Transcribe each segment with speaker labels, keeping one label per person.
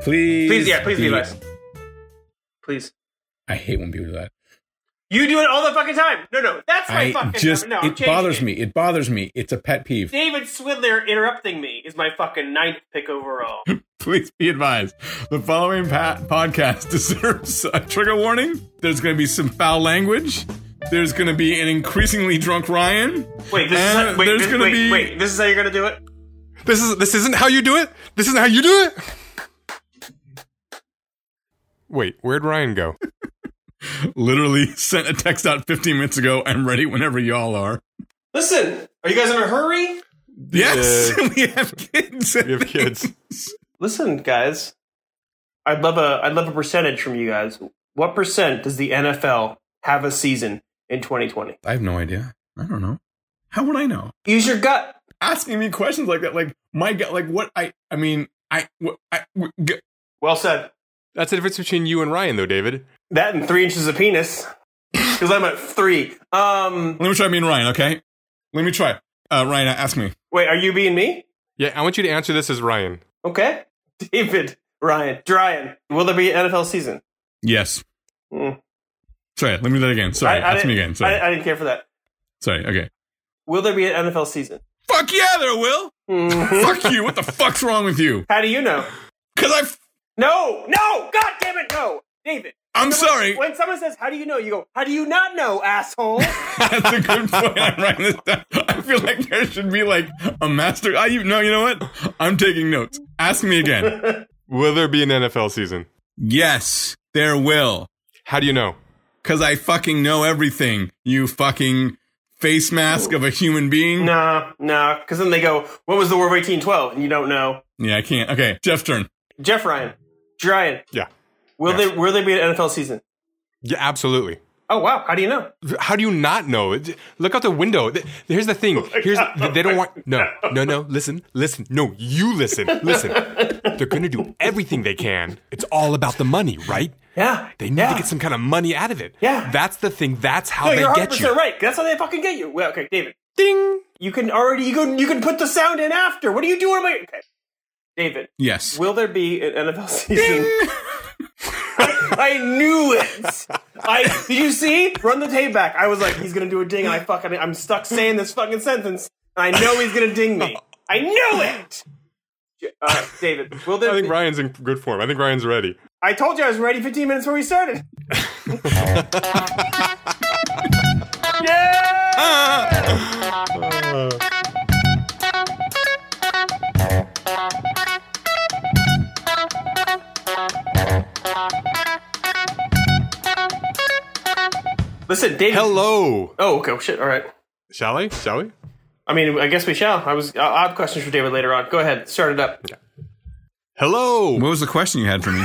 Speaker 1: Please.
Speaker 2: Please, yeah, please be less. Please.
Speaker 1: I hate when people do that.
Speaker 2: You do it all the fucking time. No, no, that's my
Speaker 1: I
Speaker 2: fucking
Speaker 1: just
Speaker 2: number. No, I'm
Speaker 1: it
Speaker 2: changing
Speaker 1: bothers me. It bothers me. It's a pet peeve.
Speaker 2: David Swidler interrupting me is my fucking ninth pick overall.
Speaker 3: Please be advised the following pa- podcast deserves a trigger warning. There's going to be some foul language. There's going to be an increasingly drunk Ryan.
Speaker 2: Wait, this is
Speaker 3: And
Speaker 2: how, wait,
Speaker 3: there's
Speaker 2: this,
Speaker 3: gonna
Speaker 2: wait,
Speaker 3: be-
Speaker 2: wait, this is how you're gonna do it?
Speaker 4: This is this isn't how you do it. This isn't how you do it. Wait, where'd Ryan go?
Speaker 3: Literally sent a text out 15 minutes ago. I'm ready whenever y'all are.
Speaker 2: Listen, are you guys in a hurry?
Speaker 3: Yes, we have kids.
Speaker 4: We have kids.
Speaker 2: Listen, guys, I'd love a I'd love a percentage from you guys. What percent does the NFL have a season in 2020?
Speaker 1: I have no idea. I don't know.
Speaker 3: How would I know?
Speaker 2: Use your gut.
Speaker 3: Asking me questions like that, like my god, like what I, I mean, I, what, I what- g-
Speaker 2: Well said.
Speaker 4: That's the difference between you and Ryan, though, David.
Speaker 2: That and three inches of penis. Because I'm at three. Um,
Speaker 3: let me try being Ryan, okay? Let me try. Uh, Ryan, ask me.
Speaker 2: wait, are you being me?
Speaker 4: Yeah, I want you to answer this as Ryan.
Speaker 2: Okay, David, Ryan, Dryan. Will there be an NFL season?
Speaker 3: Yes.
Speaker 2: Mm.
Speaker 3: Sorry, let me do that again. Sorry,
Speaker 2: I, I
Speaker 3: ask me
Speaker 2: didn't-
Speaker 3: again. Sorry,
Speaker 2: I, I didn't care for that.
Speaker 3: sorry. Okay.
Speaker 2: Will there be an NFL season?
Speaker 3: Fuck yeah, there will.
Speaker 2: Mhm.
Speaker 3: Fuck you. What the fuck's wrong with you?
Speaker 2: How do you know?
Speaker 3: Cause I, f-
Speaker 2: No, no, god damn it, no, David.
Speaker 3: I'm
Speaker 2: someone-
Speaker 3: sorry.
Speaker 2: When someone says, "How do you know?" You go, "How do you not know, asshole?"
Speaker 3: That's a good point. I'm writing this down. I feel like there should be like a master. I you no, you know what? I'm taking notes. Ask me again.
Speaker 4: Will there be an NFL season?
Speaker 3: yes, there will.
Speaker 4: How do you know?
Speaker 3: Cause I fucking know everything. You fucking face mask of a human being.
Speaker 2: nah, nah. Because then they go, "What was the War of 1812?" And you don't know.
Speaker 3: Yeah, I can't. Okay, Jeff's turn.
Speaker 2: Jeff Ryan, Dryan.
Speaker 4: Yeah.
Speaker 2: Will
Speaker 4: Yes.
Speaker 2: there will there be an NFL season?
Speaker 4: Yeah, absolutely.
Speaker 2: Oh wow, how do you know?
Speaker 4: How do you not know? It- Look out the window. Th- Here's the thing. Here's they don't want. No, no, no. Listen, listen. No, you listen, listen. They're gonna do everything they can. It's all about the money, right?
Speaker 2: Yeah,
Speaker 4: They need
Speaker 2: yeah.
Speaker 4: to get some kind of money out of it.
Speaker 2: Yeah.
Speaker 4: that's the thing. That's
Speaker 2: No,
Speaker 4: how they
Speaker 2: Oh, you're 100
Speaker 4: get
Speaker 2: percent
Speaker 4: you.
Speaker 2: right. That's how they fucking get you. Well, okay, David,
Speaker 4: Ding.
Speaker 2: you can already you can you can put the sound in after. What are you doing? About okay, David,
Speaker 3: Yes.
Speaker 2: will there be an NFL season? I knew it. I did you see? Run the tape back. I was like, he's gonna do a ding, and I fucking I'm stuck saying this fucking sentence, and I know he's gonna ding me. I knew it. Uh, David, will there?
Speaker 4: I
Speaker 2: be-
Speaker 4: think Ryan's in good form. I think Ryan's ready.
Speaker 2: I told you I was ready 15 minutes before we started. yeah. Listen, David.
Speaker 4: Hello.
Speaker 2: Oh, okay. Shit. All right.
Speaker 4: Shall I? Shall we?
Speaker 2: I mean, I guess we shall. I was. I'll I'll have questions for David later on. Go ahead. Start it up.
Speaker 4: Hello.
Speaker 3: What was the question you had for me?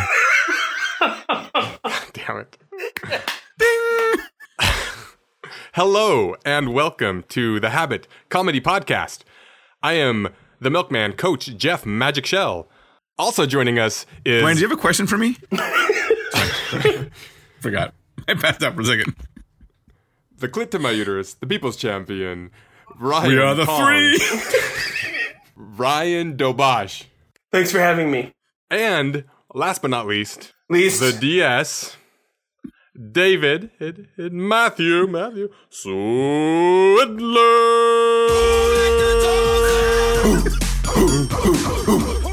Speaker 4: Damn it. Hello and welcome to the Habit Comedy Podcast. I am the Milkman Coach Jeff Magic Shell. Also joining us is
Speaker 3: Ryan, do you have a question for me? Forgot. I passed out for a second.
Speaker 4: the clit to my uterus, the People's Champion, Ryan.
Speaker 3: We are the
Speaker 4: Tong,
Speaker 3: three.
Speaker 4: Ryan Dobosh,
Speaker 2: Thanks for having me.
Speaker 4: and last but not least,
Speaker 2: Least.
Speaker 4: the DS, David, and, and Matthew, Matthew Swidler.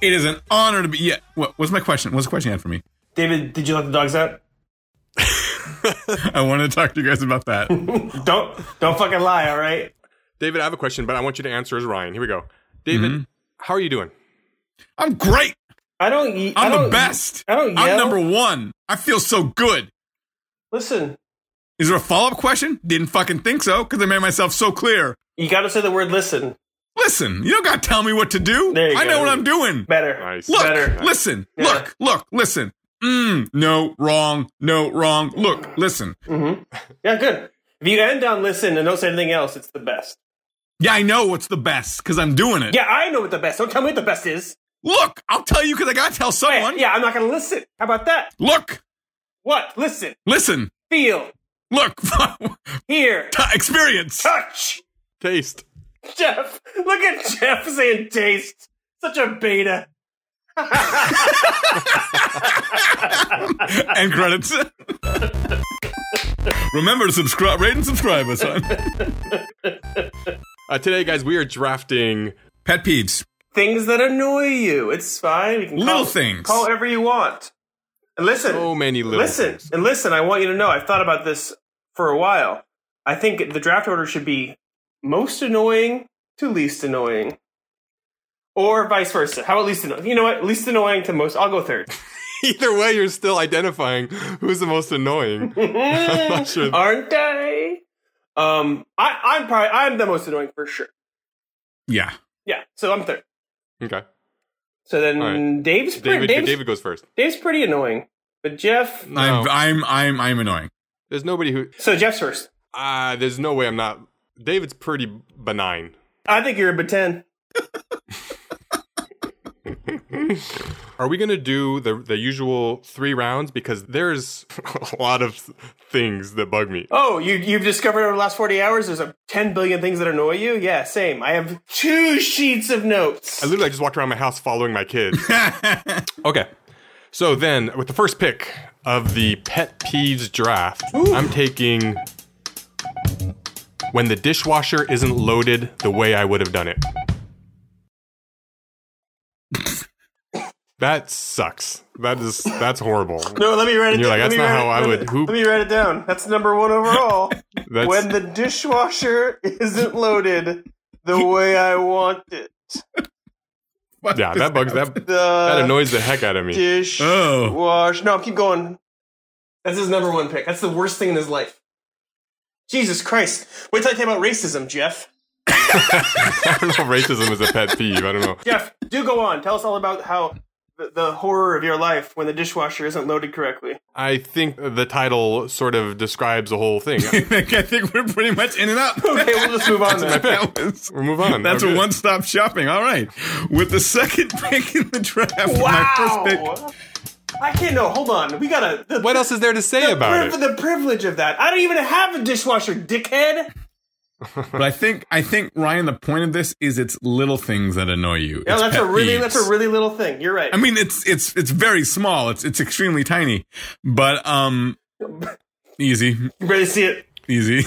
Speaker 3: It is an honor to be. Yeah. What was my question? What was the question you had for me?
Speaker 2: David, did you let the dogs out?
Speaker 3: I wanted to talk to you guys about that.
Speaker 2: Don't don't fucking lie, all right?
Speaker 4: David, I have a question, but I want you to answer as Ryan. Here we go. David, how are you doing?
Speaker 3: I'm great.
Speaker 2: I don't. ye- I
Speaker 3: I'm the
Speaker 2: don't-
Speaker 3: best.
Speaker 2: I don't
Speaker 3: I'm
Speaker 2: yell.
Speaker 3: number one. I feel so good.
Speaker 2: Listen,
Speaker 3: Is there a follow up question? Didn't fucking think so because I made myself so clear.
Speaker 2: you got to say the word "listen"
Speaker 3: Listen, you don't got to tell me what to do.
Speaker 2: There you
Speaker 3: I
Speaker 2: go.
Speaker 3: know what I'm doing.
Speaker 2: better.
Speaker 4: Nice.
Speaker 3: Look,
Speaker 2: Better.
Speaker 3: listen,
Speaker 2: Yeah.
Speaker 3: look, look, listen. Mm, no, wrong, no, wrong. Look, listen.
Speaker 2: Yeah, good. If you end on "listen" and don't say anything else, it's the best.
Speaker 3: Yeah, I know what's the best because I'm doing it.
Speaker 2: Yeah, I know what the best. Don't tell me what the best is.
Speaker 3: Look, I'll tell you because I got to tell
Speaker 2: Hey,
Speaker 3: someone.
Speaker 2: yeah, I'm not gonna listen. How about that?
Speaker 3: Look,
Speaker 2: What? Listen,
Speaker 3: listen,
Speaker 2: feel,
Speaker 3: look,
Speaker 2: hear,
Speaker 3: experience.
Speaker 2: touch.
Speaker 4: Taste.
Speaker 2: Jeff, look at Jeff saying taste. Such a beta.
Speaker 3: and credits. Remember to subscribe, rate, and subscribe us on
Speaker 4: Uh, today, guys, we are drafting.
Speaker 3: pet peeves.
Speaker 2: Things that annoy you. It's fine. You can call,
Speaker 3: Little things.
Speaker 2: Call whatever you want. And listen,
Speaker 4: So many little.
Speaker 2: listen,
Speaker 4: things.
Speaker 2: and listen. I want you to know. I've thought about this for a while. I think the draft order should be most annoying to least annoying, or vice versa. How about least annoying? You know what? Least annoying to most. I'll go third.
Speaker 4: Either way, you're still identifying who's the most annoying. not sure.
Speaker 2: Aren't I? Um, I, I'm probably I'm the most annoying for sure.
Speaker 3: Yeah.
Speaker 2: Yeah, so I'm third.
Speaker 4: Okay.
Speaker 2: So then
Speaker 4: All
Speaker 2: Dave's pretty
Speaker 4: David,
Speaker 2: Dave's,
Speaker 4: David goes first.
Speaker 2: Dave's pretty annoying, but Jeff.
Speaker 4: No.
Speaker 3: I'm, I'm, I'm, I'm annoying.
Speaker 4: There's nobody who.
Speaker 2: So Jeff's first.
Speaker 4: Uh, there's no way I'm not. David's pretty benign.
Speaker 2: I think you're a but ten.
Speaker 4: Are we gonna do the the usual three rounds? Because there's a lot of things that bug me.
Speaker 2: Oh, you you've discovered over the last forty hours there's a ten billion things that annoy you. Yeah, same. I have two sheets of notes.
Speaker 4: I literally just walked around my house following my kids. okay. So then, with the first pick of the pet peeves draft, I'm taking when the dishwasher isn't loaded the way I would have done it. that sucks. That is that's horrible.
Speaker 2: No, let me write it.
Speaker 4: you're
Speaker 2: down. Let
Speaker 4: like, "That's
Speaker 2: me
Speaker 4: not
Speaker 2: write
Speaker 4: how
Speaker 2: it-
Speaker 4: I
Speaker 2: let
Speaker 4: would-
Speaker 2: me-
Speaker 4: who-
Speaker 2: Let me write it down. That's number one overall.
Speaker 4: That's,
Speaker 2: when the dishwasher isn't loaded the way I want it.
Speaker 3: What
Speaker 4: yeah,
Speaker 3: is
Speaker 4: that bugs that that
Speaker 2: The
Speaker 4: annoys the heck out of me.
Speaker 2: dish
Speaker 3: Oh.
Speaker 2: wash. No, keep going. That's his number one pick. That's the worst thing in his life. Jesus Christ. Wait till I talk about racism, Jeff.
Speaker 4: I don't know if racism is a pet peeve. I don't know.
Speaker 2: Jeff, do go on. Tell us all about how the, the horror of your life when the dishwasher isn't loaded correctly.
Speaker 4: I think the title sort of describes the whole thing.
Speaker 3: I think, I think we're pretty much in and out.
Speaker 2: Okay, we'll just move on then.
Speaker 3: That was-
Speaker 4: We'll move on.
Speaker 3: That's
Speaker 4: Okay.
Speaker 3: a one stop shopping. All right. With the second pick in the draft,
Speaker 2: Wow!
Speaker 3: my first
Speaker 2: I can't know. Hold on. We gotta. The,
Speaker 4: What else is there to say
Speaker 2: the,
Speaker 4: about
Speaker 2: priv-
Speaker 4: it?
Speaker 2: the privilege of that. I don't even have a dishwasher, dickhead.
Speaker 3: pick. But I think, I think, Ryan, the point of this is it's little things that annoy you.
Speaker 2: No,
Speaker 3: It's
Speaker 2: Oh, that's
Speaker 3: pet
Speaker 2: a really
Speaker 3: peeves.
Speaker 2: that's a really little thing. You're right.
Speaker 3: I mean, it's it's it's very small. It's it's extremely tiny, but um, easy,
Speaker 2: You ready to see it?
Speaker 3: easy,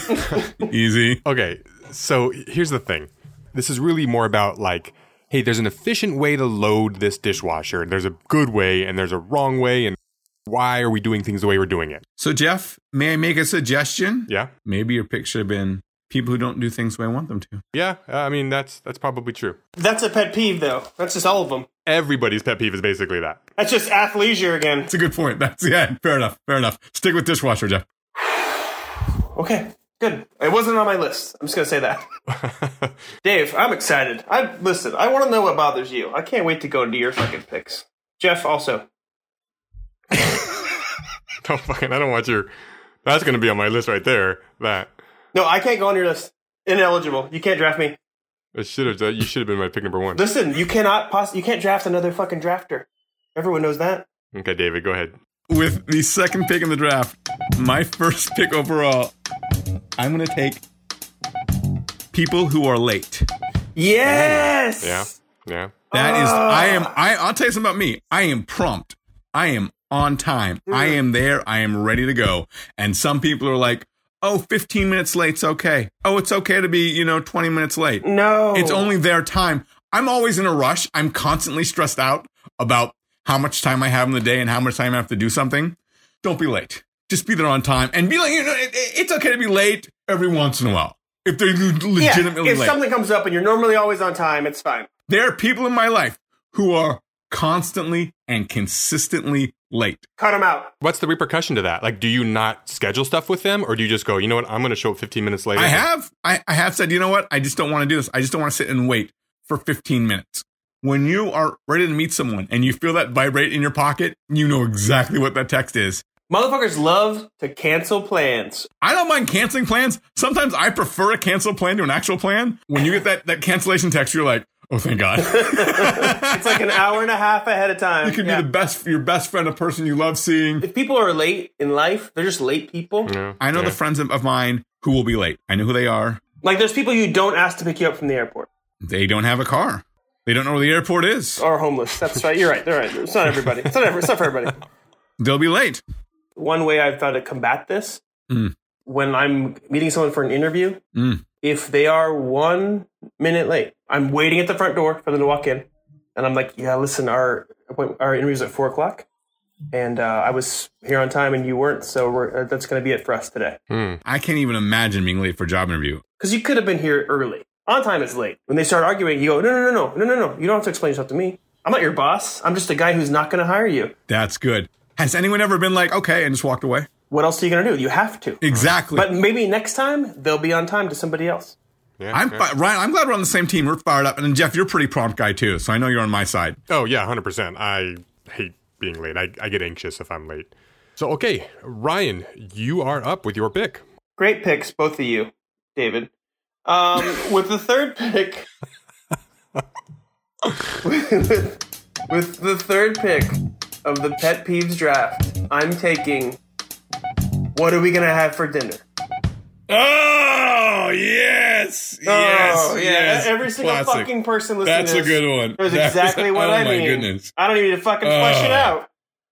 Speaker 3: easy.
Speaker 4: Okay, so here's the thing. This is really more about like, hey, there's an efficient way to load this dishwasher. There's a good way and there's a wrong way, and why are we doing things the way we're doing it?
Speaker 3: So, Jeff, may I make a suggestion?
Speaker 4: Yeah,
Speaker 3: Maybe your pick should have been people who don't do things the way I want them to.
Speaker 4: yeah. I mean, that's that's probably true.
Speaker 2: That's a pet peeve, though. That's just all of them.
Speaker 4: Everybody's pet peeve is basically that.
Speaker 2: That's just athleisure again.
Speaker 3: It's a good point. That's yeah, fair enough, fair enough. Stick with dishwasher, Jeff.
Speaker 2: Okay, good. It wasn't on my list. I'm just gonna say that. Dave, I'm excited. I listen. I want to know what bothers you. I can't wait to go into your fucking picks. Jeff, also.
Speaker 4: don't fucking. I don't want your. That's gonna be on my list right there. That
Speaker 2: No, I can't go on your list. Ineligible. You can't draft me.
Speaker 4: it should have. You should have been my pick number one.
Speaker 2: Listen, you cannot. Poss- you can't draft another fucking drafter. Everyone knows that.
Speaker 4: Okay, David, go ahead.
Speaker 3: With the second pick in the draft, my first pick overall, I'm gonna take people who are late.
Speaker 2: Yes.
Speaker 4: Yeah, yeah.
Speaker 3: That is, I am. I, I'll tell you something about me. I am prompt. I am on time. I am there. I am ready to go. And some people are like, "Oh, 15 minutes late's okay. Oh, it's okay to be, you know, 20 minutes late.
Speaker 2: No.
Speaker 3: It's only their time." I'm always in a rush. I'm constantly stressed out about how much time I have in the day and how much time I have to do something. Don't be late. Just be there on time and be like, you know, it, it- it's okay to be late every once in a while if they're
Speaker 2: Yeah,
Speaker 3: legitimately
Speaker 2: if
Speaker 3: late
Speaker 2: something comes up and you're normally always on time, it's fine.
Speaker 3: there are people in my life who are constantly and consistently late.
Speaker 2: Cut them out.
Speaker 4: What's the repercussion to that? Like, do you not schedule stuff with them, or do you just go, you know what, I'm going to show up 15 minutes later?
Speaker 3: I have I, I have said, you know what? I just don't want to do this. I just don't want to sit and wait for 15 minutes. When you are ready to meet someone and you feel that vibrate in your pocket, you know exactly what that text is.
Speaker 2: Motherfuckers love to cancel plans.
Speaker 3: I don't mind canceling plans. Sometimes I prefer a canceled plan to an actual plan. When you get that, that cancellation text, you're like, oh, thank God.
Speaker 2: It's like an hour and a half ahead of time.
Speaker 3: it could
Speaker 2: Yeah.
Speaker 3: be the best, your best friend, a person you love seeing.
Speaker 2: if people are late in life, they're just late people.
Speaker 4: Yeah.
Speaker 3: I know
Speaker 4: Yeah.
Speaker 3: the friends of, of mine who will be late. I know who they are.
Speaker 2: Like there's people you don't ask to pick you up from the airport.
Speaker 3: They don't have a car. They don't know where the airport is.
Speaker 2: Or homeless. That's right. You're right. They're right. It's not everybody. It's not, every, it's not for everybody.
Speaker 3: They'll be late.
Speaker 2: One way I've found to combat this
Speaker 3: Mm.
Speaker 2: when I'm meeting someone for an interview,
Speaker 3: Mm.
Speaker 2: if they are one minute late, I'm waiting at the front door for them to walk in, and I'm like, "Yeah, listen, our appointment, our interview's at four o'clock, and uh, I was here on time and you weren't, so we're, uh, that's going to be it for us today."
Speaker 4: Hmm.
Speaker 3: I can't even imagine being late for a job interview.
Speaker 2: Because you could have been here early. On time is late. When they start arguing, you go, "No, no, no, no, no, no, no! You don't have to explain yourself to me. I'm not your boss. I'm just a guy who's not going to hire you.
Speaker 3: That's good. Has anyone ever been like, okay, and just walked away?
Speaker 2: What else are you going to do? You have to."
Speaker 3: Exactly.
Speaker 2: But maybe next time they'll be on time to somebody else.
Speaker 4: Yeah,
Speaker 3: I'm
Speaker 4: yeah.
Speaker 3: fi- Ryan. I'm glad we're on the same team. We're fired up, and then Jeff, you're a pretty prompt guy too, so I know you're on my side.
Speaker 4: Oh yeah, hundred percent. I hate being late. I, I get anxious if I'm late. So okay, Ryan, you are up with your pick.
Speaker 2: Great picks, both of you, David. Um, with the third pick, with, with the third pick of the pet peeves draft, I'm taking. What are we gonna have for dinner?
Speaker 3: Oh yes,
Speaker 2: oh, yeah. Every single fucking person listening.
Speaker 3: That's
Speaker 2: to
Speaker 3: a
Speaker 2: this
Speaker 3: good one.
Speaker 2: knows
Speaker 3: That was-
Speaker 2: exactly what
Speaker 3: oh
Speaker 2: I
Speaker 3: my
Speaker 2: mean.
Speaker 3: goodness.
Speaker 2: I don't even need to fucking flesh it
Speaker 3: Oh.
Speaker 2: out.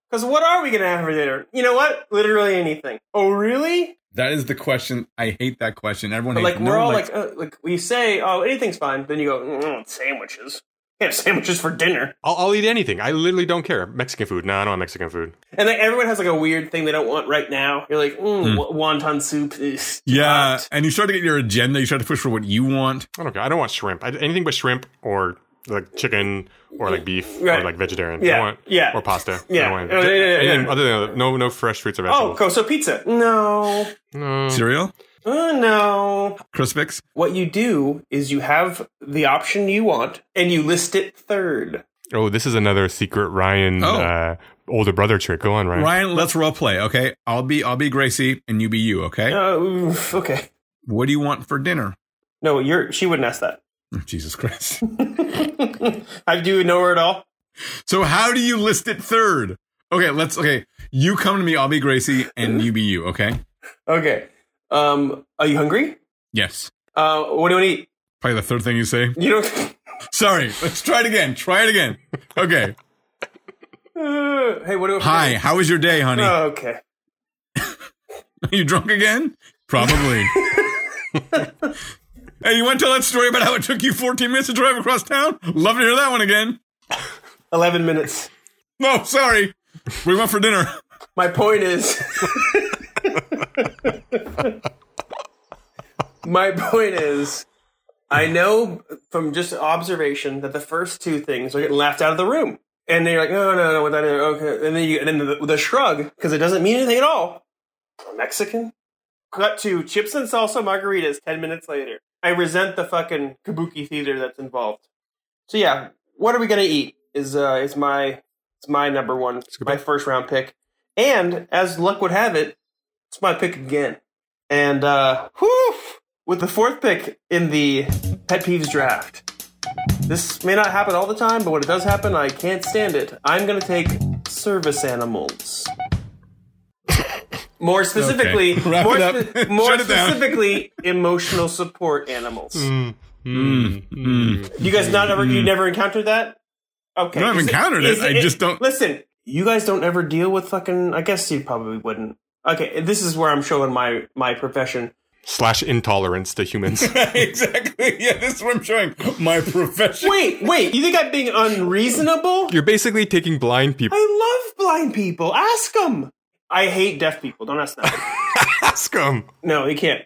Speaker 2: Because what are we gonna have for dinner? You know what? Literally anything. Oh, really?
Speaker 3: That is the question. I hate that question. Everyone
Speaker 2: But
Speaker 3: hates
Speaker 2: like
Speaker 3: no
Speaker 2: we're all
Speaker 3: one
Speaker 2: like
Speaker 3: likes-
Speaker 2: uh, like we say oh anything's fine, then you go mm, mm, sandwiches. Yeah, sandwiches for dinner,
Speaker 4: I'll, I'll eat anything. I literally don't care. Mexican food. No, I don't want Mexican food.
Speaker 2: and then everyone has like a weird thing they don't want right now. You're like mm, wa- wonton soup. Is
Speaker 3: yeah, and you start to get your agenda. You start to push for what you want.
Speaker 4: I don't care. I don't want shrimp. I, anything but shrimp or like chicken or like beef
Speaker 2: Right.
Speaker 4: or like vegetarian.
Speaker 2: Yeah,
Speaker 4: I want,
Speaker 2: yeah.
Speaker 4: Or pasta. I
Speaker 2: Yeah. Oh,
Speaker 4: don't want
Speaker 2: Yeah, yeah, yeah,
Speaker 4: anything
Speaker 2: yeah.
Speaker 4: Other than that, no no fresh fruits or
Speaker 2: Oh,
Speaker 4: vegetables.
Speaker 2: go so pizza. No,
Speaker 4: No.
Speaker 2: Mm.
Speaker 3: Cereal,
Speaker 2: Uh, no.
Speaker 3: Crispix.
Speaker 2: What you do is you have the option you want, and you list it third.
Speaker 4: Oh, this is another secret Ryan
Speaker 3: Oh.
Speaker 4: uh, older brother trick. Go on, Ryan.
Speaker 3: Ryan, let's role play. Okay, I'll be I'll be Gracie, and you be you. Okay,
Speaker 2: Uh, oof, okay.
Speaker 3: what do you want for dinner?
Speaker 2: No, you're. She wouldn't ask that.
Speaker 3: Oh, Jesus Christ.
Speaker 2: I do know her at all.
Speaker 3: So how do you list it third? Okay, let's okay. You come to me, I'll be Gracie, and you be you, okay?
Speaker 2: Okay. Um, are you hungry?
Speaker 3: Yes.
Speaker 2: Uh, what do you want to eat?
Speaker 3: Probably the third thing you say.
Speaker 2: You don't.
Speaker 3: Sorry, let's try it again. Try it again. Okay.
Speaker 2: Uh, hey, what do I?
Speaker 3: Hi, how was your day, honey? Are
Speaker 2: Oh, okay.
Speaker 3: you drunk again? Probably. hey, you want to tell that story about how it took you 14 minutes to drive across town? Love to hear that one again.
Speaker 2: Eleven minutes.
Speaker 3: No, sorry. What do you want for dinner?
Speaker 2: My point is. My point is, I know from just observation that the first two things are getting laughed out of the room, and they're like, no, no, no, what that is, okay, and then you, and then the, the shrug because it doesn't mean anything at all. Mexican. Cut to chips and salsa margaritas. Ten minutes later, I resent the fucking kabuki theater that's involved. So yeah, what are we gonna eat? Is uh, is my it's my number one,
Speaker 4: go
Speaker 2: my
Speaker 4: back.
Speaker 2: first round pick, and as luck would have it, it's my pick again. And uh, whew, with the fourth pick in the pet peeves draft, this may not happen all the time, but when it does happen, I can't stand it. I'm gonna take service animals. More specifically,
Speaker 3: Okay. Wrap
Speaker 2: more,
Speaker 3: it up.
Speaker 2: spe- more
Speaker 3: Shut it down. Hmm.
Speaker 2: specifically, emotional support animals.
Speaker 4: Mm.
Speaker 2: You guys not ever you never encountered that? Okay.
Speaker 3: No, I've
Speaker 2: Is
Speaker 3: Mm. encountered
Speaker 2: is
Speaker 3: it. I just don't-
Speaker 2: Listen, you guys don't ever deal with fucking I guess you probably wouldn't. Okay, this is where I'm showing my my profession.
Speaker 4: Slash intolerance to humans.
Speaker 3: exactly. Yeah, this is what I'm showing. My profession.
Speaker 2: Wait, wait. You think I'm being unreasonable?
Speaker 4: You're basically taking blind people.
Speaker 2: I love blind people. Ask them. I hate deaf people. Don't ask them.
Speaker 4: Ask them.
Speaker 2: No, you can't.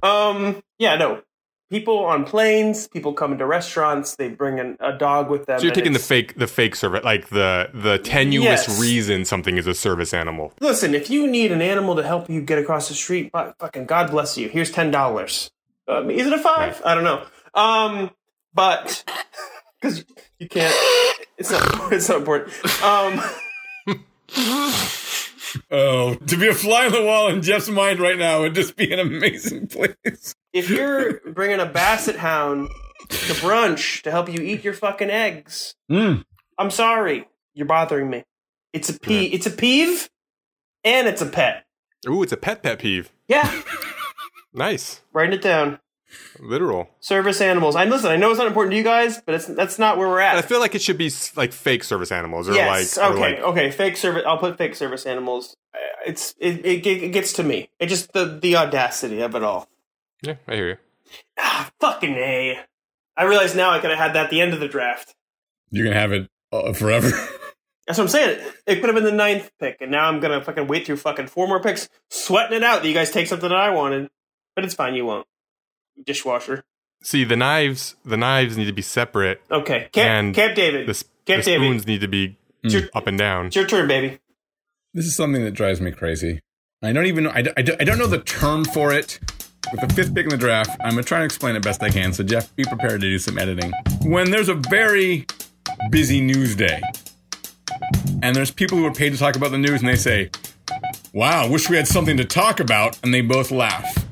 Speaker 2: um, yeah, no. People on planes, people come into restaurants, they bring in a dog with them.
Speaker 4: So you're
Speaker 2: and
Speaker 4: taking the
Speaker 2: it's-
Speaker 4: fake, the fake service, like the the tenuous
Speaker 2: Yes.
Speaker 4: reason something is a service animal.
Speaker 2: Listen, if you need an animal to help you get across the street, bu- fucking God bless you. Here's ten dollars. Um, is it a five? I don't know. Um, but because you can't, it's not. It's not important. Um,
Speaker 3: Oh, to be a fly on the wall in Jeff's mind right now would just be an amazing place.
Speaker 2: if you're bringing a basset hound to brunch to help you eat your fucking eggs, I'm sorry, you're bothering me. It's a pee. It's a peeve, and it's a pet.
Speaker 4: Ooh, it's a pet pet peeve.
Speaker 2: Yeah,
Speaker 4: Nice.
Speaker 2: writing it down.
Speaker 4: Literal.
Speaker 2: Service animals. I listen. I know it's not important to you guys, but it's that's not where we're at.
Speaker 4: I feel like it should be s- like fake service animals or
Speaker 2: yes.
Speaker 4: like or
Speaker 2: okay.
Speaker 4: like-
Speaker 2: okay. Fake service. I'll put fake service animals. Uh, It's it, it, ge- it gets to me. It just the the audacity of it all.
Speaker 4: yeah, I hear you.
Speaker 2: Ah, fucking a. I realize now I could have had that at the end of the draft.
Speaker 3: You're gonna have it uh, forever.
Speaker 2: That's what I'm saying. It could have been the ninth pick, and now I'm gonna fucking wait through fucking four more picks, sweating it out that you guys take something that I wanted. But it's fine. You won't. Dishwasher.
Speaker 4: See, the knives, the knives need to be separate.
Speaker 2: Okay. Camp,
Speaker 4: And
Speaker 2: Camp David.
Speaker 4: The, sp-
Speaker 2: Camp
Speaker 4: the
Speaker 2: David.
Speaker 4: spoons need to be
Speaker 2: It's your,
Speaker 4: up and down.
Speaker 2: it's your turn, baby.
Speaker 3: this is something that drives me crazy. I don't even know. I, d- I d- I don't know the term for it. With the fifth pick in the draft, I'm gonna try and explain it best I can. So Jeff, be prepared to do some editing. When there's a very busy news day, and there's people who are paid to talk about the news, and they say, "Wow, wish we had something to talk about," and they both laugh,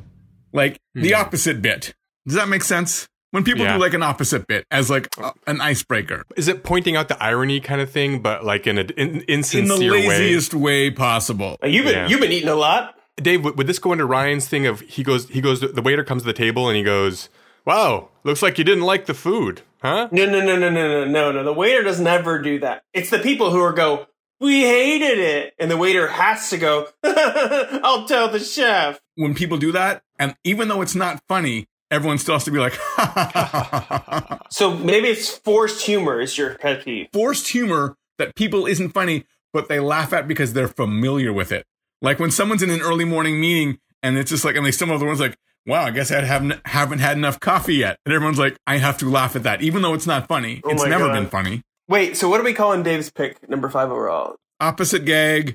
Speaker 3: like the opposite bit. Does that make sense? When people
Speaker 4: Hmm. Yeah.
Speaker 3: do like an opposite bit as like a- an icebreaker,
Speaker 4: Is it pointing out the irony kind of thing, but like in an in,
Speaker 3: in the
Speaker 4: insincere way?
Speaker 3: laziest way possible.
Speaker 2: Uh, You've been
Speaker 4: Yeah.
Speaker 2: you've been eating a lot.
Speaker 4: Dave, would, would this go into Ryan's thing of he goes, he goes, the waiter comes to the table and he goes, "Wow, looks like you didn't like the food, huh?"
Speaker 2: No, no, no, no, no, no, no, no. The waiter does never do that. It's the people who are go, we hated it, and the waiter has to go. I'll tell the chef.
Speaker 3: when people do that, and even though it's not funny, everyone still has to be like,
Speaker 2: So maybe it's forced humor is your pet peeve.
Speaker 3: forced humor that people isn't funny, but they laugh at because they're familiar with it. Like when someone's in an early morning meeting and it's just like, and they stumble over the words like, wow, I guess I haven't, haven't had enough coffee yet. And everyone's like, I have to laugh at that, even though it's not funny.
Speaker 2: Oh
Speaker 3: it's
Speaker 2: my
Speaker 3: never
Speaker 2: God.
Speaker 3: been funny.
Speaker 2: Wait, so what are we calling Dave's pick number five overall?
Speaker 3: Opposite gag.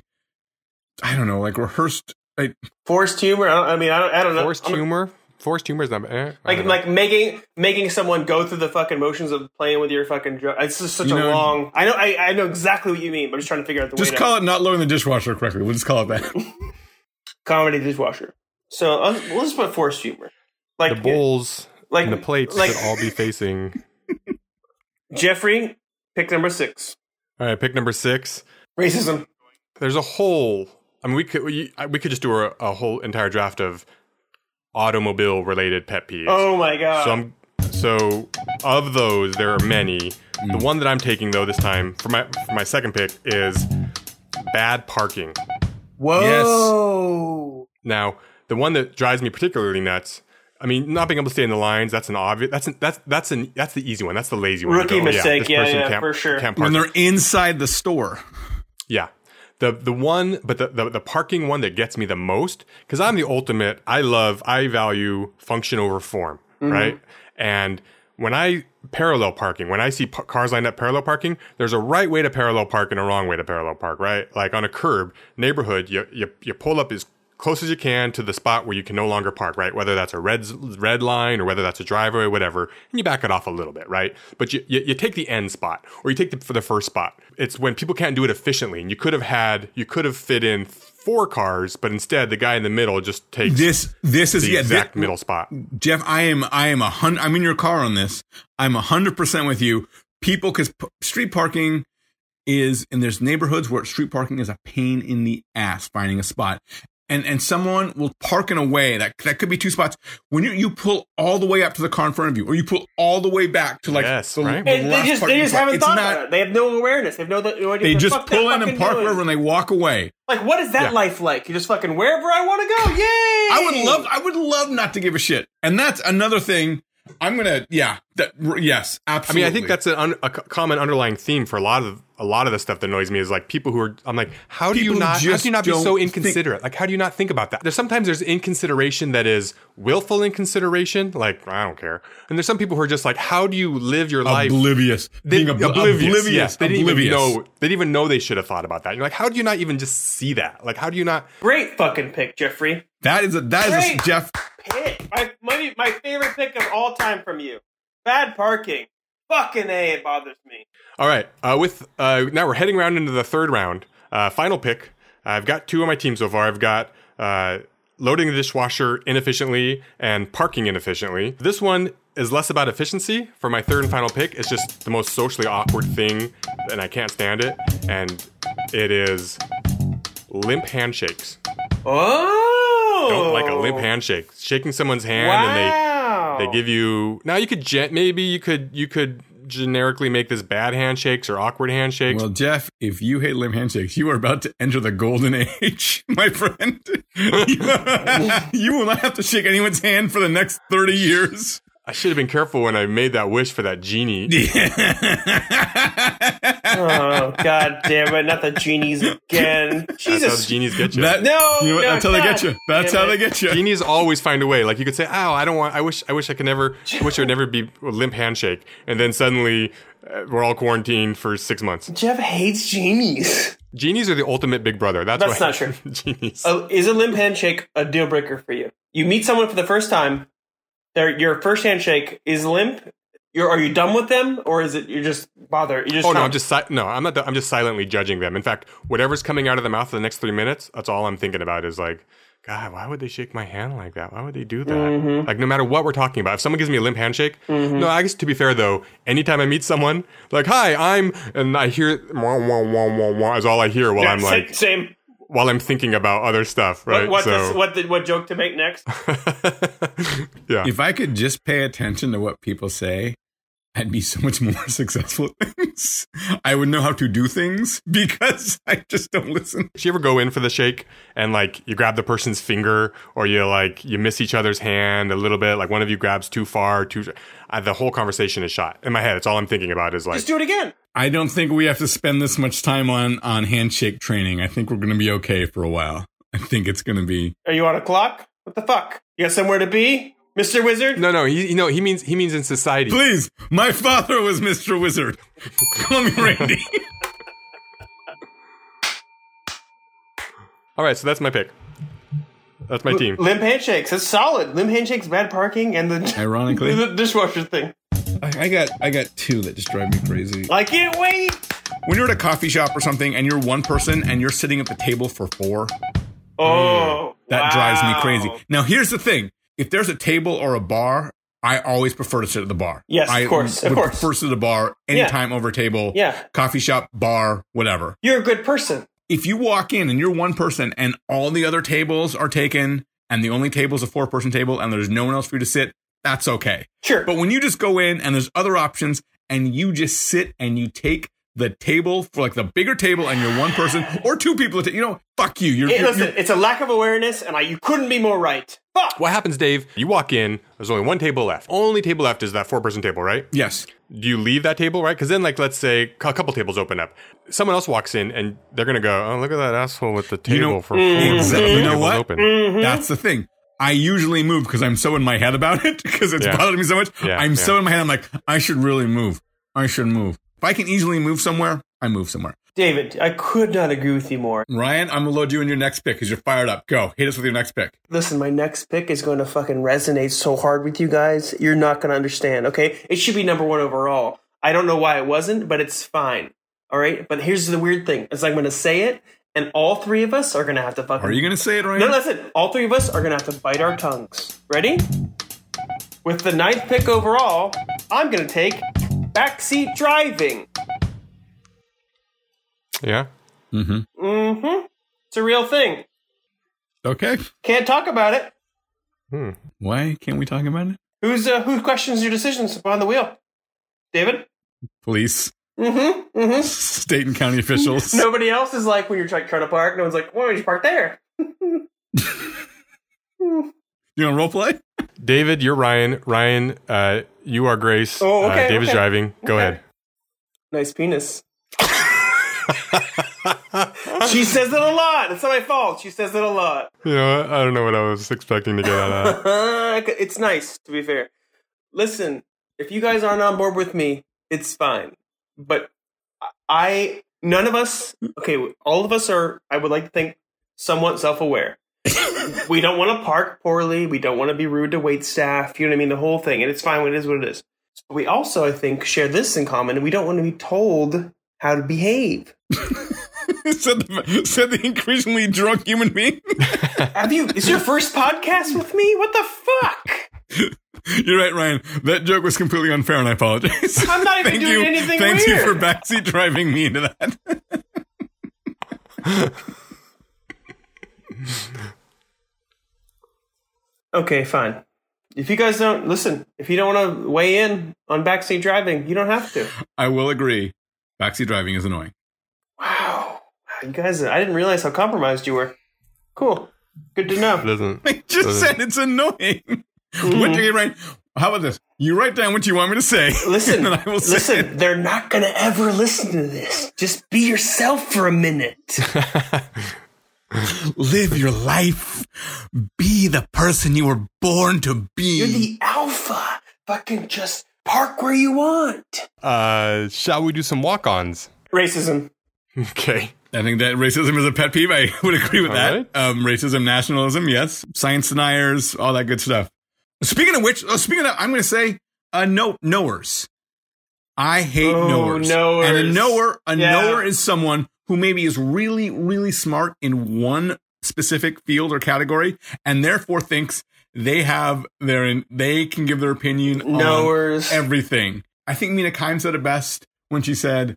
Speaker 3: I don't know, like rehearsed. I,
Speaker 2: Forced humor. I, don't, I mean, I don't. I don't know.
Speaker 4: Forced
Speaker 2: I'm-
Speaker 4: humor, forced humor is not eh, I
Speaker 2: Like,
Speaker 4: don't know.
Speaker 2: like making making someone go through the fucking motions of playing with your fucking joke. It's just such
Speaker 3: You
Speaker 2: a
Speaker 3: know-
Speaker 2: long. I know. I, I know exactly what you mean. But I'm just trying to figure out the
Speaker 3: just
Speaker 2: way.
Speaker 3: call it not lowering the dishwasher correctly. We'll just call it that.
Speaker 2: to, comedy dishwasher. So uh, let's put forced humor. Like
Speaker 4: the bowls
Speaker 2: like
Speaker 4: and the plates
Speaker 2: like-
Speaker 4: should all be facing.
Speaker 2: Jeffrey, pick number six.
Speaker 4: All right, pick number six.
Speaker 2: Racism.
Speaker 4: There's a whole. I mean, we could we, I- we could just do a, a whole entire draft of automobile related pet peeves.
Speaker 2: Oh my god.
Speaker 4: So I'm so of those there are many. The one that I'm taking though this time for my for my second pick is bad parking.
Speaker 2: Whoa.
Speaker 4: Now, the one that drives me particularly nuts. I mean, not being able to stay in the lines—that's an obvious. That's an that's that's an that's the easy one. That's the lazy one. You
Speaker 2: Rookie
Speaker 4: go,
Speaker 2: mistake,
Speaker 4: this
Speaker 2: yeah,
Speaker 4: person
Speaker 2: yeah,
Speaker 4: can't-
Speaker 2: for sure.
Speaker 4: Can't park
Speaker 3: when they're inside the store.
Speaker 4: Yeah. The the one but the, the, the parking one that gets me the most, because I'm the ultimate, I love, I value function over form,
Speaker 2: Mm-hmm.
Speaker 4: right? And when I parallel parking, when I see pa- cars lined up parallel parking, there's a right way to parallel park and a wrong way to parallel park, right? Like on a curb neighborhood, you you, you pull up as close as you can to the spot where you can no longer park, right? Whether that's a red s- red line or whether that's a driveway, whatever, and you back it off a little bit, right? But you, you, you take the end spot or you take the for the first spot. It's when people can't do it efficiently, and you could have had you could have fit in four cars, but instead the guy in the middle just takes
Speaker 3: This this is
Speaker 4: the
Speaker 3: yeah. thi-
Speaker 4: exact middle spot.
Speaker 3: Jeff, I am I am a hundred. I'm in your car on this. I'm a hundred percent with you. People, because p- street parking is and there's neighborhoods where street parking is a pain in the ass finding a spot. And and someone will park in a way that that could be two spots. When you you pull all the way up to the car in front of you, or you pull all the way back to like
Speaker 4: Yes,
Speaker 3: the,
Speaker 4: right.
Speaker 3: the
Speaker 2: And they
Speaker 3: last
Speaker 2: just
Speaker 3: parking
Speaker 2: they just
Speaker 3: spot.
Speaker 2: haven't
Speaker 3: It's
Speaker 2: thought
Speaker 3: not-
Speaker 2: about it. They have no awareness. They have no, no idea.
Speaker 3: They
Speaker 2: what the
Speaker 3: just
Speaker 2: fuck they're
Speaker 3: pull in
Speaker 2: fucking
Speaker 3: and park
Speaker 2: doing.
Speaker 3: wherever, and they walk away.
Speaker 2: Like, what is that
Speaker 4: Yeah.
Speaker 2: life like? You're just fucking wherever I want to go. Yay!
Speaker 3: I would love, I would love not to give a shit. And that's another thing. I'm gonna, yeah, that, yes,
Speaker 4: I
Speaker 3: absolutely.
Speaker 4: mean, I think that's an un, a co- common underlying theme for a lot of a lot of the stuff that annoys me is like people who are. I'm like, how do
Speaker 3: People
Speaker 4: you
Speaker 3: who
Speaker 4: not? How
Speaker 3: just
Speaker 4: do you not be
Speaker 3: don't
Speaker 4: so
Speaker 3: think-
Speaker 4: inconsiderate? like, how do you not think about that? There's sometimes there's inconsideration that is willful inconsideration. Like, I don't care. And there's some people who are just like, how do you live your life?
Speaker 3: oblivious,
Speaker 4: They-
Speaker 3: being obl- oblivious,
Speaker 4: yes. they didn't
Speaker 3: oblivious.
Speaker 4: even know. They didn't even know they should have thought about that. You're like, how do you not even just see that? Like, how do you not?
Speaker 2: Great fucking pick, Jeffrey.
Speaker 3: That is a that is
Speaker 2: Great.
Speaker 3: a, Jeff.
Speaker 2: Pick. My my my favorite pick of all time from you. Bad parking. Fucking a, it bothers me.
Speaker 4: All right. Uh, with uh, now we're heading around into the third round. Uh, final pick. I've got two on my team so far. I've got uh, loading the dishwasher inefficiently and parking inefficiently. This one is less about efficiency for my third and final pick. It's just the most socially awkward thing, and I can't stand it. And it is limp handshakes.
Speaker 2: Oh,
Speaker 4: Don't like a limp handshake. Shaking someone's hand and they They give you now. You could gen- maybe you could you could generically make this bad handshakes or awkward handshakes.
Speaker 3: Well, Jeff, if you hate limb handshakes, you are about to enter the golden age, my friend. you will not have to shake anyone's hand for the next 30 years.
Speaker 4: I should have been careful when I made that wish for that genie.
Speaker 2: Oh god damn it! Not the genies again.
Speaker 4: That's how the
Speaker 2: Jesus.
Speaker 4: genies get you.
Speaker 3: That-
Speaker 2: No,
Speaker 3: you know what?
Speaker 2: no,
Speaker 3: that's how they
Speaker 2: God
Speaker 3: get you. That's
Speaker 2: damn
Speaker 3: how they
Speaker 2: it.
Speaker 3: get you.
Speaker 4: genies always find a way. Like you could say, "Oh, I don't want. I wish. I wish I could never. I wish it would never be a limp handshake." And then suddenly, uh, we're all quarantined for six months.
Speaker 2: Jeff hates genies.
Speaker 4: Genies are the ultimate big brother. That's
Speaker 2: That's
Speaker 4: why-
Speaker 2: not true.
Speaker 4: genies.
Speaker 2: Uh, is a limp handshake a deal breaker for you? You meet someone for the first time. Their your first handshake is limp. You're, are you done with them, or is it you're just bothered? You just
Speaker 4: Oh no,
Speaker 2: not-
Speaker 4: I'm just si- no, I'm not. I'm just silently judging them. In fact, whatever's coming out of the mouth for the next three minutes, that's all I'm thinking about is like, God, why would they shake my hand like that? Why would they do that?
Speaker 2: Mm-hmm.
Speaker 4: Like, no matter what we're talking about, if someone gives me a limp handshake, no, I guess to be fair though, anytime I meet someone, like, hi, I'm, and I hear wah, wah, wah, wah, wah, is all I hear while
Speaker 2: Yeah,
Speaker 4: I'm
Speaker 2: sa-
Speaker 4: like,
Speaker 2: same.
Speaker 4: while I'm thinking about other stuff, right?
Speaker 2: what
Speaker 4: so,
Speaker 2: this, what the, what joke to make next?
Speaker 4: yeah,
Speaker 3: If I could just pay attention to what people say, I'd be so much more successful at things. I would know how to do things because I just don't listen.
Speaker 4: Do you ever go in for the shake and like you grab the person's finger or you like you miss each other's hand a little bit? Like one of you grabs too far, too. Uh, the whole conversation is shot in my head. It's all I'm thinking about is like
Speaker 2: Just do it again.
Speaker 3: I don't think we have to spend this much time on on handshake training. I think we're going to be okay for a while. I think it's going to be
Speaker 2: Are you on a clock? What the fuck? You got somewhere to be, Mister Wizard?
Speaker 4: no, no. He, you know, he means he means in society.
Speaker 3: Please, my father was Mr. Wizard. Call me Randy.
Speaker 4: All right, so that's my pick. That's my team.
Speaker 2: Limp handshakes. That's solid. Limp handshakes, bad parking, and the,
Speaker 3: Ironically,
Speaker 2: the dishwasher thing.
Speaker 3: I I got I got two that just drive me crazy.
Speaker 2: I can't wait.
Speaker 4: Mm,
Speaker 3: When you're at a coffee shop or something and you're one person and you're sitting at the table for four,
Speaker 2: Oh,
Speaker 3: that
Speaker 2: wow.
Speaker 3: drives me crazy. Now here's the thing. If there's a table or a bar, I always prefer to sit at the bar.
Speaker 2: Yes, of
Speaker 3: I
Speaker 2: course, of
Speaker 3: would
Speaker 2: course.
Speaker 3: prefer to sit at the bar anytime over a table.
Speaker 2: Yeah.
Speaker 3: Coffee shop, bar, whatever.
Speaker 2: You're a good person.
Speaker 3: If you walk in and you're one person and all the other tables are taken and the only table is a four person table and there's no one else for you to sit, that's okay.
Speaker 2: Sure.
Speaker 3: But when you just go in and there's other options and you just sit and you take the table for like the bigger table and you're one person or two people, at- you know, fuck you. You're,
Speaker 2: Hey,
Speaker 3: you're-
Speaker 2: listen, it's a lack of awareness, and I, you couldn't be more right. Fuck.
Speaker 4: What happens, Dave? You walk in. There's only one table left. Only table left is that four-person table, right?
Speaker 3: yes.
Speaker 4: do you leave that table, right? Because then, like, let's say c- a couple tables open up. Someone else walks in and they're going to go, oh, look at that asshole with the table
Speaker 3: know-
Speaker 4: for four.
Speaker 3: Exactly.
Speaker 4: The
Speaker 3: You know
Speaker 4: table's
Speaker 3: what?
Speaker 4: Open.
Speaker 3: Mm-hmm. That's the thing. I usually move because I'm so in my head about it because it's
Speaker 4: Yeah.
Speaker 3: bothered me so much.
Speaker 4: Yeah,
Speaker 3: I'm so
Speaker 4: yeah.
Speaker 3: in my head. I'm like, I should really move. I should move. If I can easily move somewhere, I move somewhere.
Speaker 2: David, I could not agree with you more.
Speaker 3: Ryan, I'm gonna load you in your next pick because you're fired up. Go hit us with your next pick.
Speaker 2: Listen, my next pick is going to fucking resonate so hard with you guys. You're not going to understand, okay? It should be number one overall. I don't know why it wasn't, but it's fine. All right? But here's the weird thing is I'm going to say it, and all three of us are going to have to fucking.
Speaker 3: Are you gonna say it, Ryan?
Speaker 2: No, listen. All three of us are going to have to bite our tongues. Ready? With the ninth pick overall, I'm going to take backseat driving.
Speaker 4: Yeah.
Speaker 2: Mm-hmm. It's a real thing.
Speaker 3: okay.
Speaker 2: Can't talk about it.
Speaker 3: Why can't we talk about it?
Speaker 2: Who's uh, who questions your decisions upon the wheel? David.
Speaker 3: Police.
Speaker 2: Mm-hmm,
Speaker 3: State and county officials.
Speaker 2: Nobody else is like when you're trying, trying to park. No one's like, "Why did you park there?"
Speaker 3: You want to role play?
Speaker 4: David, you're Ryan. Ryan, uh, you are Grace.
Speaker 2: Oh, okay,
Speaker 4: uh, David's
Speaker 2: okay.
Speaker 4: driving. Go
Speaker 2: Okay.
Speaker 4: ahead.
Speaker 2: Nice penis. she says it a lot. It's not my fault. She says it a lot.
Speaker 4: You know, what? I don't know what I was expecting to get out of that.
Speaker 2: Uh, it's nice to be fair. Listen, if you guys aren't on board with me, it's fine. But I, none of us, okay, all of us are. I would like to think somewhat self-aware. we don't want to park poorly. We don't want to be rude to wait staff. You know what I mean? The whole thing, and it's fine. It is what it is. But we also, I think, share this in common. We don't want to be told how to behave.
Speaker 3: said, the, said the increasingly drunk human being.
Speaker 2: Have you? Is your first podcast with me? What the fuck?
Speaker 3: You're right, Ryan. That joke was completely unfair, and I apologize.
Speaker 2: I'm not even
Speaker 3: Thank
Speaker 2: doing
Speaker 3: you.
Speaker 2: anything
Speaker 3: Thanks
Speaker 2: weird.
Speaker 3: you for backseat driving me into that.
Speaker 2: Okay, fine. If you guys don't listen, if you don't want to weigh in on backseat driving, you don't have to.
Speaker 3: I will agree. Backseat driving is annoying.
Speaker 2: Wow, you guys! I didn't realize how compromised you were. Cool, good to know.
Speaker 4: Listen.
Speaker 3: I just said it's annoying. What do you write? How about this? You write down what you want me to say.
Speaker 2: Listen,
Speaker 3: and then I will say
Speaker 2: listen. They're not gonna ever listen to this. Just be yourself for a minute.
Speaker 3: Live your life. Be the person you were born to be.
Speaker 2: You're the alpha. Fucking just park where you want.
Speaker 4: Uh, shall we do some walk-ons?
Speaker 2: Racism.
Speaker 4: Okay.
Speaker 3: I think that racism is a pet peeve. I would agree with
Speaker 4: All
Speaker 3: that.
Speaker 4: right.
Speaker 3: Um, racism, nationalism, yes. Science deniers, all that good stuff. Speaking of which, oh, speaking of, I'm going to say uh, no knowers. I hate
Speaker 2: Oh,
Speaker 3: knowers.
Speaker 2: knowers.
Speaker 3: And a knower, a
Speaker 2: Yeah.
Speaker 3: knower is someone who maybe is really, really smart in one specific field or category, and therefore thinks they have their, in, they can give their opinion on
Speaker 2: Knowers.
Speaker 3: everything. I think Mina Kimes said it best when she said,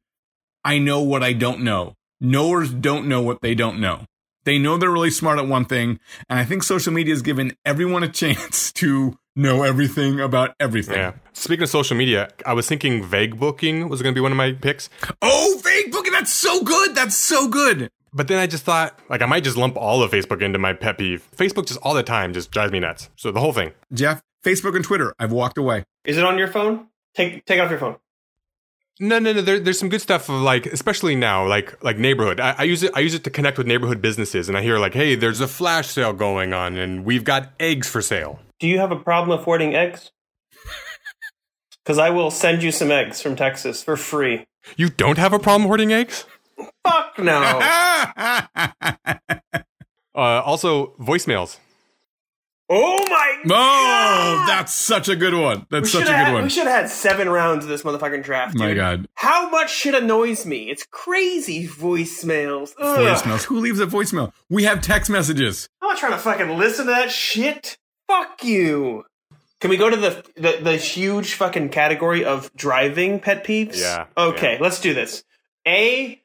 Speaker 3: I know what I don't know. Knowers don't know what they don't know. They know they're really smart at one thing. And I think social media has given everyone a chance to know everything about everything.
Speaker 4: Yeah. Speaking of social media, I was thinking vague booking was going to be one of my picks,
Speaker 3: Oh, fake booking. That's so good. That's so good.
Speaker 4: but then I just thought like I might just lump all of Facebook into my pet peeve. Facebook just all the time just drives me nuts. So the whole thing.
Speaker 3: Jeff, Facebook and Twitter. I've walked away.
Speaker 2: Is it on your phone? Take take off your phone.
Speaker 4: No, no, no. There, there's some good stuff of like, especially now, like like neighborhood. I, I use it. I use it to connect with neighborhood businesses, and I hear like, hey, there's a flash sale going on, and we've got eggs for sale.
Speaker 2: Do you have a problem affording eggs? Because I will send you some eggs from Texas for free.
Speaker 4: You don't have a problem hoarding eggs?
Speaker 2: Fuck no.
Speaker 4: Uh, also, voicemails.
Speaker 2: oh my
Speaker 3: Oh,
Speaker 2: god.
Speaker 3: that's such a good one. That's such a
Speaker 2: Shoulda
Speaker 3: good
Speaker 2: had-
Speaker 3: one.
Speaker 2: We should have had seven rounds of this motherfucking draft.
Speaker 3: My
Speaker 2: dude.
Speaker 3: God.
Speaker 2: How much shit annoys me? It's crazy voicemails. Ugh.
Speaker 3: Voicemails. Who leaves a voicemail? We have text messages.
Speaker 2: I'm not trying to fucking listen to that shit. Fuck you. Can we go to the the, the huge fucking category of driving pet peeves?
Speaker 4: Yeah,
Speaker 2: Okay, let's do this. A,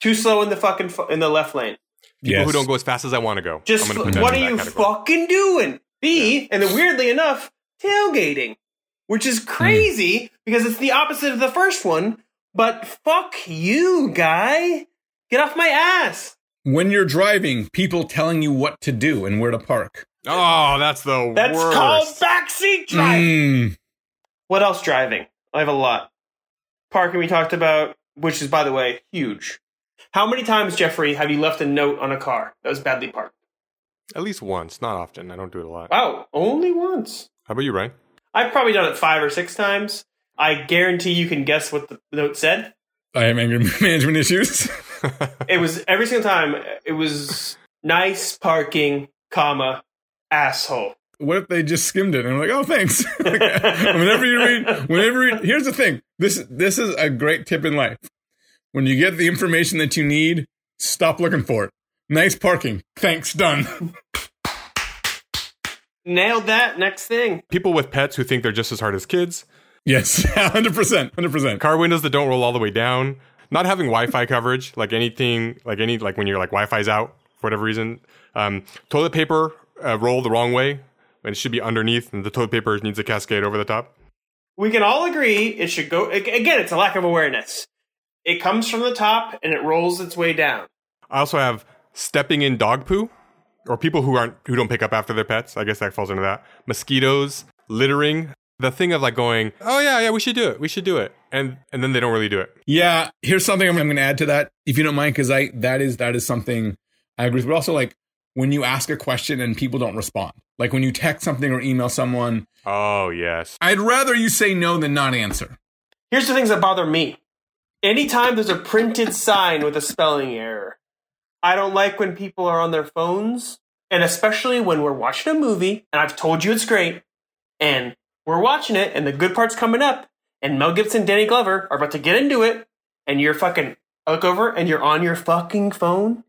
Speaker 2: too slow in the fucking fu- in the left lane.
Speaker 4: People who don't go as fast as I want to go.
Speaker 2: Just
Speaker 4: I'm
Speaker 2: f-
Speaker 4: that
Speaker 2: what are
Speaker 4: in that
Speaker 2: you
Speaker 4: category.
Speaker 2: fucking doing? B, and then weirdly enough, tailgating, which
Speaker 4: Hmm.
Speaker 2: is crazy because it's the opposite of the first one. But fuck you, guy. Get off my ass.
Speaker 3: When you're driving, people telling you what to do and where to park.
Speaker 4: Oh, that's the
Speaker 2: That's
Speaker 4: worst. Hmm.
Speaker 2: called backseat driving.
Speaker 3: Mm.
Speaker 2: What else driving? I have a lot. Parking we talked about, which is by the way huge. How many times, Jeffrey, have you left a note on a car that was badly parked?
Speaker 4: At least once, not often. I don't do it a lot.
Speaker 2: Wow, only once.
Speaker 4: How about you, Ryan?
Speaker 2: I've probably done it five or six times. I guarantee you can guess what the note said.
Speaker 3: I have anger management issues.
Speaker 2: It was every single time. It was nice parking, comma asshole.
Speaker 3: what if they just skimmed it and I'm like, oh, thanks. whenever you read, whenever you, here's the thing. This this is a great tip in life. When you get the information that you need, stop looking for it. Nice parking. Thanks. Done.
Speaker 2: Nailed that. Next thing.
Speaker 4: People with pets who think they're just as hard as kids.
Speaker 3: Yes, hundred percent, hundred percent.
Speaker 4: Car windows that don't roll all the way down. Not having Wi-Fi coverage, like anything, like any, like when you're like Wi-Fi's out for whatever reason. Um, toilet paper uh, roll the wrong way, and it should be underneath, and the toilet paper needs to cascade over the top.
Speaker 2: We can all agree it should go. ag- Again, it's a lack of awareness. It comes from the top and it rolls its way down.
Speaker 4: I also have stepping in dog poo, or people who aren't who don't pick up after their pets. I guess that falls into that. Mosquitoes, littering, the thing of like going, oh yeah, yeah, we should do it, we should do it, and and then they don't really do it.
Speaker 3: Yeah, here's something I'm, I'm going to add to that, if you don't mind, because I that is that is something I agree with. But also, like when you ask a question and people don't respond, like when you text something or email someone,
Speaker 4: Oh yes,
Speaker 3: I'd rather you say no than not answer.
Speaker 2: Here's the things that bother me. Anytime there's a printed sign with a spelling error, I don't like when people are on their phones, and especially when we're watching a movie, and I've told you it's great, and we're watching it, and the good part's coming up, and Mel Gibson and Danny Glover are about to get into it, and you're fucking look over and you're on your fucking phone?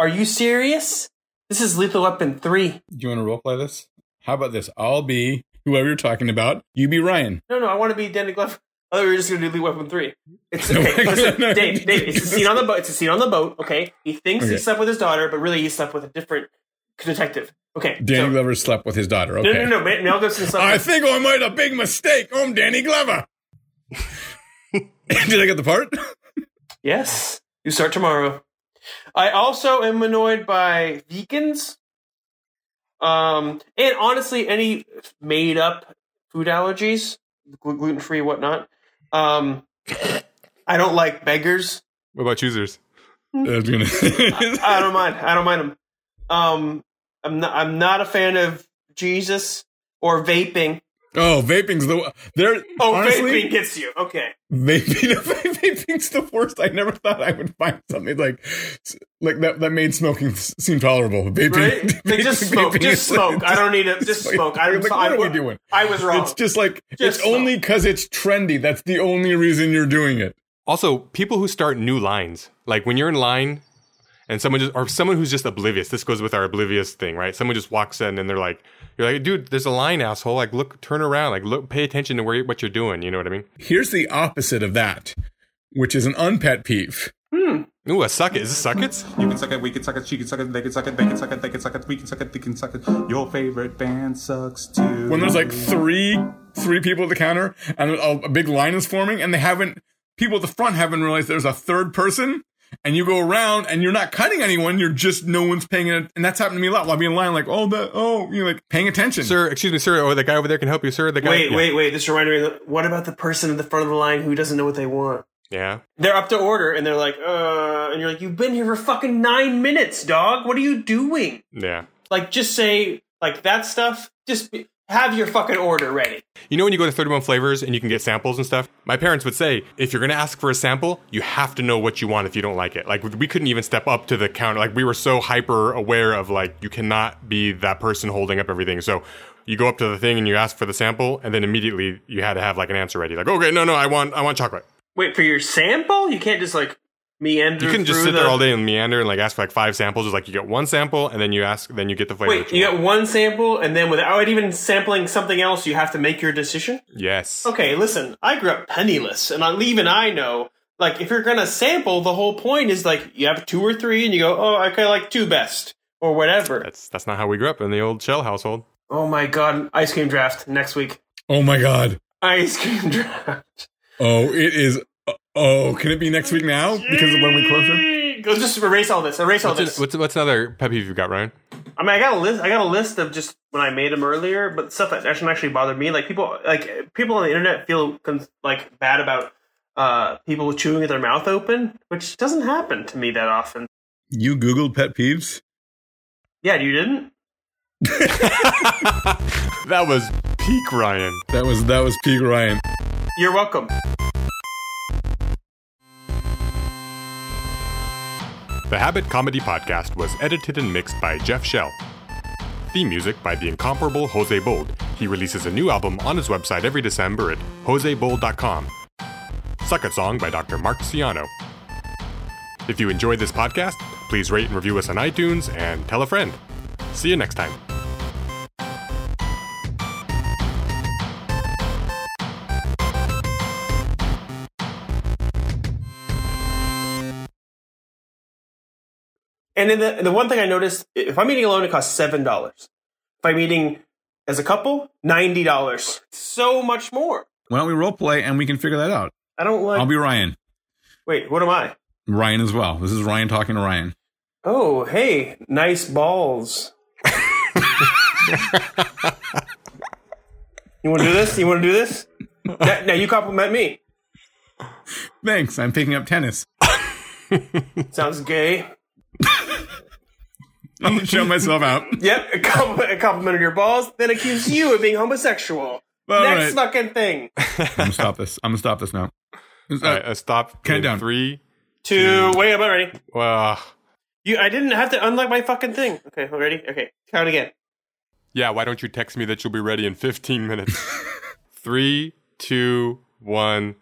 Speaker 2: Are you serious? This is Lethal Weapon 3.
Speaker 3: Do you want to role play this? How about this? I'll be whoever you're talking about. You be Ryan.
Speaker 2: No, no, I want to be Danny Glover. Oh, we are just gonna do Lethal Weapon three. It's
Speaker 3: No,
Speaker 2: okay.
Speaker 3: we're
Speaker 2: listen,
Speaker 3: gonna
Speaker 2: Dave,
Speaker 3: do
Speaker 2: Dave, it's a scene on the boat. It's a scene on the boat. Okay, he thinks
Speaker 3: Okay.
Speaker 2: he slept with his daughter, but really he slept with a different detective. Okay.
Speaker 3: Danny
Speaker 2: so-
Speaker 3: Glover slept with his daughter. Okay.
Speaker 2: no, no, no, Ma- Mel Gibson slept.
Speaker 3: I
Speaker 2: with-
Speaker 3: think I made a big mistake. I'm Danny Glover. Did I get the part?
Speaker 2: yes, you start tomorrow. I also am annoyed by vegans. Um, and honestly, any made up food allergies, gluten free, whatnot. Um, I don't like beggars.
Speaker 4: What about choosers?
Speaker 3: I was gonna-
Speaker 2: I don't mind. I don't mind them. Um, I'm not. I'm not a fan of Jesus or vaping.
Speaker 3: oh, vaping's the there.
Speaker 2: Oh, vaping
Speaker 3: honestly,
Speaker 2: gets you. Okay.
Speaker 3: vaping, vaping's the worst. I never thought I would find something like like that that made smoking s- seem tolerable. Vaping,
Speaker 2: Right? Like, just
Speaker 3: vaping-
Speaker 2: smoke.
Speaker 3: vaping
Speaker 2: Just
Speaker 3: is-
Speaker 2: smoke. I don't need it. Just
Speaker 3: like-
Speaker 2: smoke. I'm
Speaker 3: like, what
Speaker 2: fine.
Speaker 3: are we doing?
Speaker 2: I was wrong.
Speaker 3: It's just like
Speaker 2: Just
Speaker 3: it's only because it's trendy. That's the only reason you're doing it.
Speaker 4: Also, people who start new lines, like when you're in line and someone just, or someone who's just oblivious, this goes with our oblivious thing, right? Someone just walks in and they're like, you're like, dude, there's a line, asshole. Like, look, turn around, like, look, pay attention to where you- what you're doing. You know what I mean?
Speaker 3: Here's the opposite of that, which is an unpet peeve.
Speaker 4: Ooh, a suck it. Is this suck it?
Speaker 5: You can suck it, we can suck it, she can suck it, they can suck it, they can suck it, they can suck it, we can suck it, they can suck it. Your favorite band sucks too.
Speaker 3: when there's like three three people at the counter and a, a big line is forming and they haven't people at the front haven't realized there's a third person and you go around and you're not cutting anyone you're just no one's paying it and that's happened to me a lot while being in line like oh the oh you're like paying attention
Speaker 4: Sir, excuse me, sir. Oh, the guy over there can help you, sir. The guy,
Speaker 2: wait,
Speaker 4: yeah.
Speaker 2: wait, wait. This reminded me. Of the, what about the person in the front of the line who doesn't know what they want?
Speaker 4: Yeah.
Speaker 2: They're up to order and they're like, uh, and you're like, you've been here for fucking nine minutes, dog. What are you doing?
Speaker 4: Yeah.
Speaker 2: Like, just say like that stuff. Just be, have your fucking order ready.
Speaker 4: You know when you go to 31 flavors and you can get samples and stuff? My parents would say, if you're going to ask for a sample, you have to know what you want if you don't like it. Like we couldn't even step up to the counter. Like we were so hyper aware of like you cannot be that person holding up everything. So you go up to the thing and you ask for the sample and then immediately you had to have like an answer ready. Like, "Okay, no, no, I want I want chocolate."
Speaker 2: Wait for your sample. You can't just like meander.
Speaker 4: You couldn't just
Speaker 2: through
Speaker 4: sit there
Speaker 2: the-
Speaker 4: all day and meander and like ask for like five samples. It's like you get one sample and then you ask then you get the flavor.
Speaker 2: Wait,
Speaker 4: that
Speaker 2: you
Speaker 4: want.
Speaker 2: got one sample, and then without even sampling something else, you have to make your decision?
Speaker 4: Yes.
Speaker 2: Okay, listen, I grew up penniless, and I even I know, like, if you're gonna sample, the whole point is, like, you have two or three, and you go, oh, okay, I like two best, or whatever.
Speaker 4: That's that's not how we grew up in the old shell household.
Speaker 2: oh my god, ice cream draft next week.
Speaker 3: oh my god
Speaker 2: Ice cream draft.
Speaker 3: oh it is oh can it be next week now because of when we close it
Speaker 2: Go just erase all this. Erase all
Speaker 4: What's,
Speaker 2: this.
Speaker 4: what's what's another pet peeve you've got, Ryan?
Speaker 2: I mean, I got a list. I got a list of just when I made them earlier, but stuff that doesn't actually bother me. Like people, like people on the internet feel cons- like bad about uh, people chewing with their mouth open, which doesn't happen to me that often.
Speaker 3: you googled pet peeves
Speaker 2: Yeah, you didn't.
Speaker 4: that was peak Ryan.
Speaker 3: that was that was peak ryan
Speaker 2: You're welcome.
Speaker 4: The Habit Comedy Podcast was edited and mixed by Jeff Shell. Theme music by the incomparable Jose Bold. He releases a new album on his website every December at josebold.com. Suck It Song by Dr. Mark Ciano. If you enjoyed this podcast, please rate and review us on iTunes and tell a friend. See you next time.
Speaker 2: And then the, the one thing I noticed, if I'm eating alone, it costs seven dollars. If I'm eating as a couple, ninety dollars. So much more.
Speaker 3: why don't we role play and we can figure that out
Speaker 2: I don't like.
Speaker 3: i'll be ryan
Speaker 2: wait, what am I?
Speaker 3: ryan as well this is ryan talking to ryan
Speaker 2: Oh, hey, nice balls. you want to do this? You want to do this? Now, now you compliment me.
Speaker 3: thanks i'm picking up tennis
Speaker 2: Sounds gay.
Speaker 3: i'm gonna show myself out
Speaker 2: Yep, it compl- it complimented your balls, then accused you of being homosexual.
Speaker 3: All right.
Speaker 2: Next fucking thing.
Speaker 3: I'm gonna stop this. I'm gonna stop this now. Is
Speaker 4: All
Speaker 3: that-
Speaker 4: right, uh, stop.
Speaker 3: count
Speaker 4: in
Speaker 3: down.
Speaker 4: Three.
Speaker 2: Two. Wait, I'm not ready.
Speaker 4: Uh,
Speaker 2: You, I didn't have to unlock my fucking thing. Okay, I'm ready. Okay, count again.
Speaker 4: yeah, why don't you text me that you'll be ready in 15 minutes? three, two, one,